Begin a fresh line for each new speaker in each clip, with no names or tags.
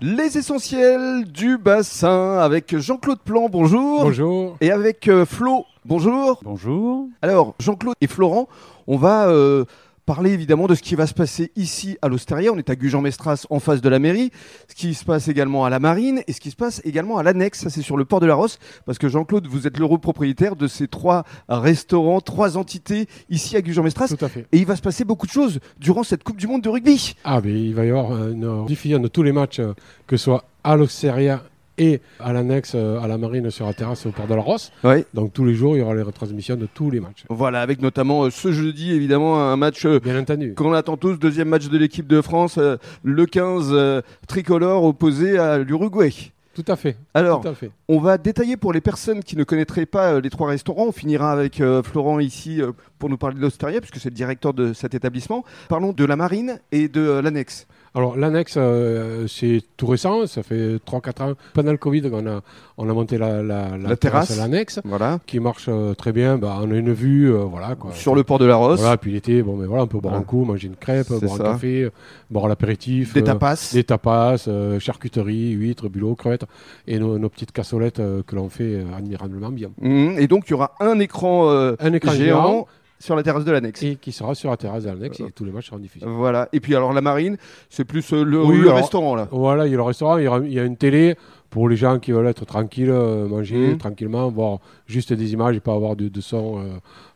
Les essentiels du bassin avec Jean-Claude Plan, bonjour.
Bonjour.
Et avec euh, Flo, bonjour.
Bonjour.
Alors, Jean-Claude et Florent, on va euh, parler évidemment de ce qui va se passer ici à l'Austérière. On est à Gujan-Mestras en face de la mairie. Ce qui se passe également à la marine et ce qui se passe également à l'annexe. Ça, c'est sur le port de la Rosse. Parce que Jean-Claude, vous êtes l'heureux propriétaire de ces trois restaurants, trois entités ici à Gujan-Mestras.
Tout à fait.
Et il va se passer beaucoup de choses durant cette Coupe du Monde de rugby.
Ah, mais il va y avoir euh, une diffusion de tous les matchs, euh, que ce soit à l'Auxerria et à l'annexe euh, à la marine sur la terrasse au port de la Rosse.
Ouais.
Donc tous les jours, il y aura les retransmissions de tous les matchs.
Voilà, avec notamment euh, ce jeudi, évidemment, un match euh,
Bien entendu.
qu'on attend tous, deuxième match de l'équipe de France, euh, le 15 euh, tricolore opposé à l'Uruguay.
Tout à fait.
Alors,
Tout à fait.
on va détailler pour les personnes qui ne connaîtraient pas euh, les trois restaurants. On finira avec euh, Florent ici euh, pour nous parler de l'Australia, puisque c'est le directeur de cet établissement. Parlons de la marine et de euh, l'annexe.
Alors l'annexe, euh, c'est tout récent, ça fait 3-4 ans. Pendant le Covid, on a, on a monté la, la,
La terrasse.
à l'annexe,
Voilà.
qui marche euh, très bien. Bah, on a une vue, euh, voilà. Quoi.
Sur le port de la Rosse,
Voilà, puis l'été, bon, mais voilà, on peut boire
Ouais.
un coup, manger une crêpe,
C'est
boire
ça.
un café, boire l'apéritif.
des
euh,
tapas.
Des tapas, euh, charcuteries, huîtres, bulots, crevettes et nos, nos petites cassolettes euh, que l'on fait euh, admirablement bien.
Mhm. Et donc, il y aura un écran, euh,
Un écran
géant sur la terrasse de l'annexe.
et qui sera sur la terrasse de l'annexe et tous les matchs seront diffusés.
Voilà. Et puis alors la marine, c'est plus euh, le,
Oui,
le
alors-
restaurant là.
Voilà, il y a le restaurant, il y aura- il y a une télé pour les gens qui veulent être tranquilles, euh, manger
Mhm.
tranquillement, voir juste des images et pas avoir de, de son euh,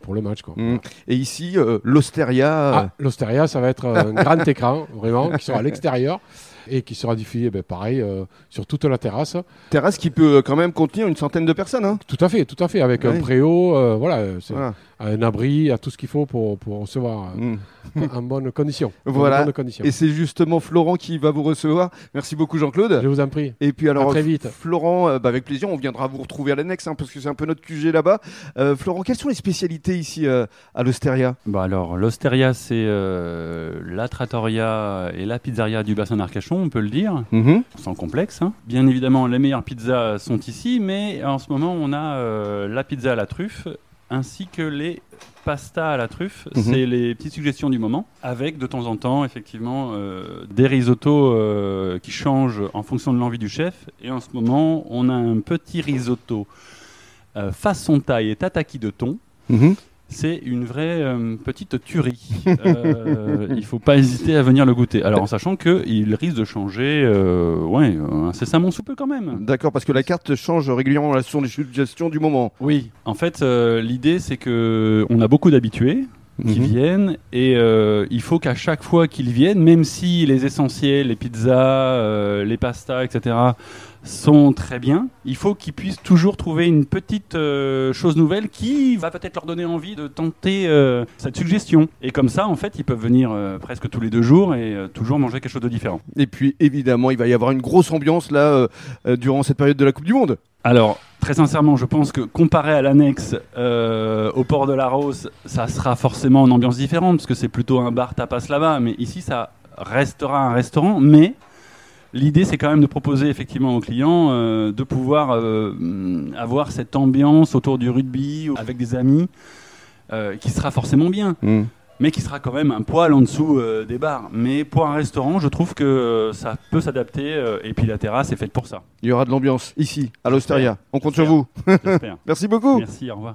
pour le match. quoi.
Mm. Et ici, euh, l'Osteria.
Ah, L'Osteria, ça va être un grand écran, vraiment, qui sera à l'extérieur et qui sera diffusé, ben, pareil, euh, sur toute la terrasse.
Terrasse qui peut euh, quand même contenir une centaine de personnes. hein.
Tout à fait, tout à fait, avec
Oui.
un préau, euh, voilà, euh, c'est-
Voilà.
un abri, à tout ce qu'il faut pour, pour recevoir euh,
Mm.
en bonne condition. en
Voilà.
bonne condition.
Et c'est justement Florent qui va vous recevoir. Merci beaucoup Jean-Claude.
Je vous en prie.
Et puis alors,
À très vite.
Florent, euh, bah, avec plaisir, on viendra vous retrouver à l'annexe hein, parce que c'est un peu notre QG là-bas. Euh, Florent, quelles sont les spécialités ici euh, à l'Osteria
Bah alors, l'Osteria, c'est euh, la trattoria et la pizzeria du bassin d'Arcachon, on peut le dire,
Mm-hmm.
sans complexe. hein. Bien évidemment, les meilleures pizzas sont ici, mais en ce moment, on a euh, la pizza à la truffe ainsi que les pastas à la truffe.
Mhm.
C'est les petites suggestions du moment, avec de temps en temps, effectivement, euh, des risottos euh, qui changent en fonction de l'envie du chef. Et en ce moment, on a un petit risotto euh, façon taille et tataki de thon.
Mm-hmm.
C'est une vraie euh, petite tuerie. Euh, il faut pas hésiter à venir le goûter. Alors en sachant que il risque de changer, euh, ouais, euh, incessamment sous peu quand même.
D'accord, parce que la carte change régulièrement la sont des suggestions du moment.
Oui. En fait, euh, l'idée c'est que on a beaucoup d'habitués qui
Mm-hmm.
Mhm.
viennent et euh, il faut qu'à chaque fois qu'ils viennent, même si les essentiels, les pizzas, euh, les pastas, etc. sont très bien, il faut qu'ils puissent toujours trouver une petite euh, chose nouvelle qui va peut-être leur donner envie de tenter euh, cette suggestion. Et comme ça, en fait, ils peuvent venir euh, presque tous les deux jours et euh, toujours manger quelque chose de différent.
Et puis évidemment, il va y avoir une grosse ambiance là euh, euh, durant cette période de la Coupe du Monde.
Alors, très sincèrement, je pense que comparé à l'annexe euh, au port de la Rose, ça sera forcément une ambiance différente, parce que c'est plutôt un bar tapas là-bas, mais ici, ça restera un restaurant, mais... L'idée, c'est quand même de proposer effectivement aux clients euh, de pouvoir euh, mm, avoir cette ambiance autour du rugby, avec des amis, euh, qui sera forcément bien
Mm.
mais qui sera quand même un poil en dessous euh, des bars. Mais pour un restaurant, je trouve que euh, ça peut s'adapter, euh, et puis la terrasse est faite pour ça,
Il y aura de l'ambiance ici, à l'Osteria. On compte sur
J'espère.
vous.
j'espère.
Merci beaucoup.
Merci, au revoir.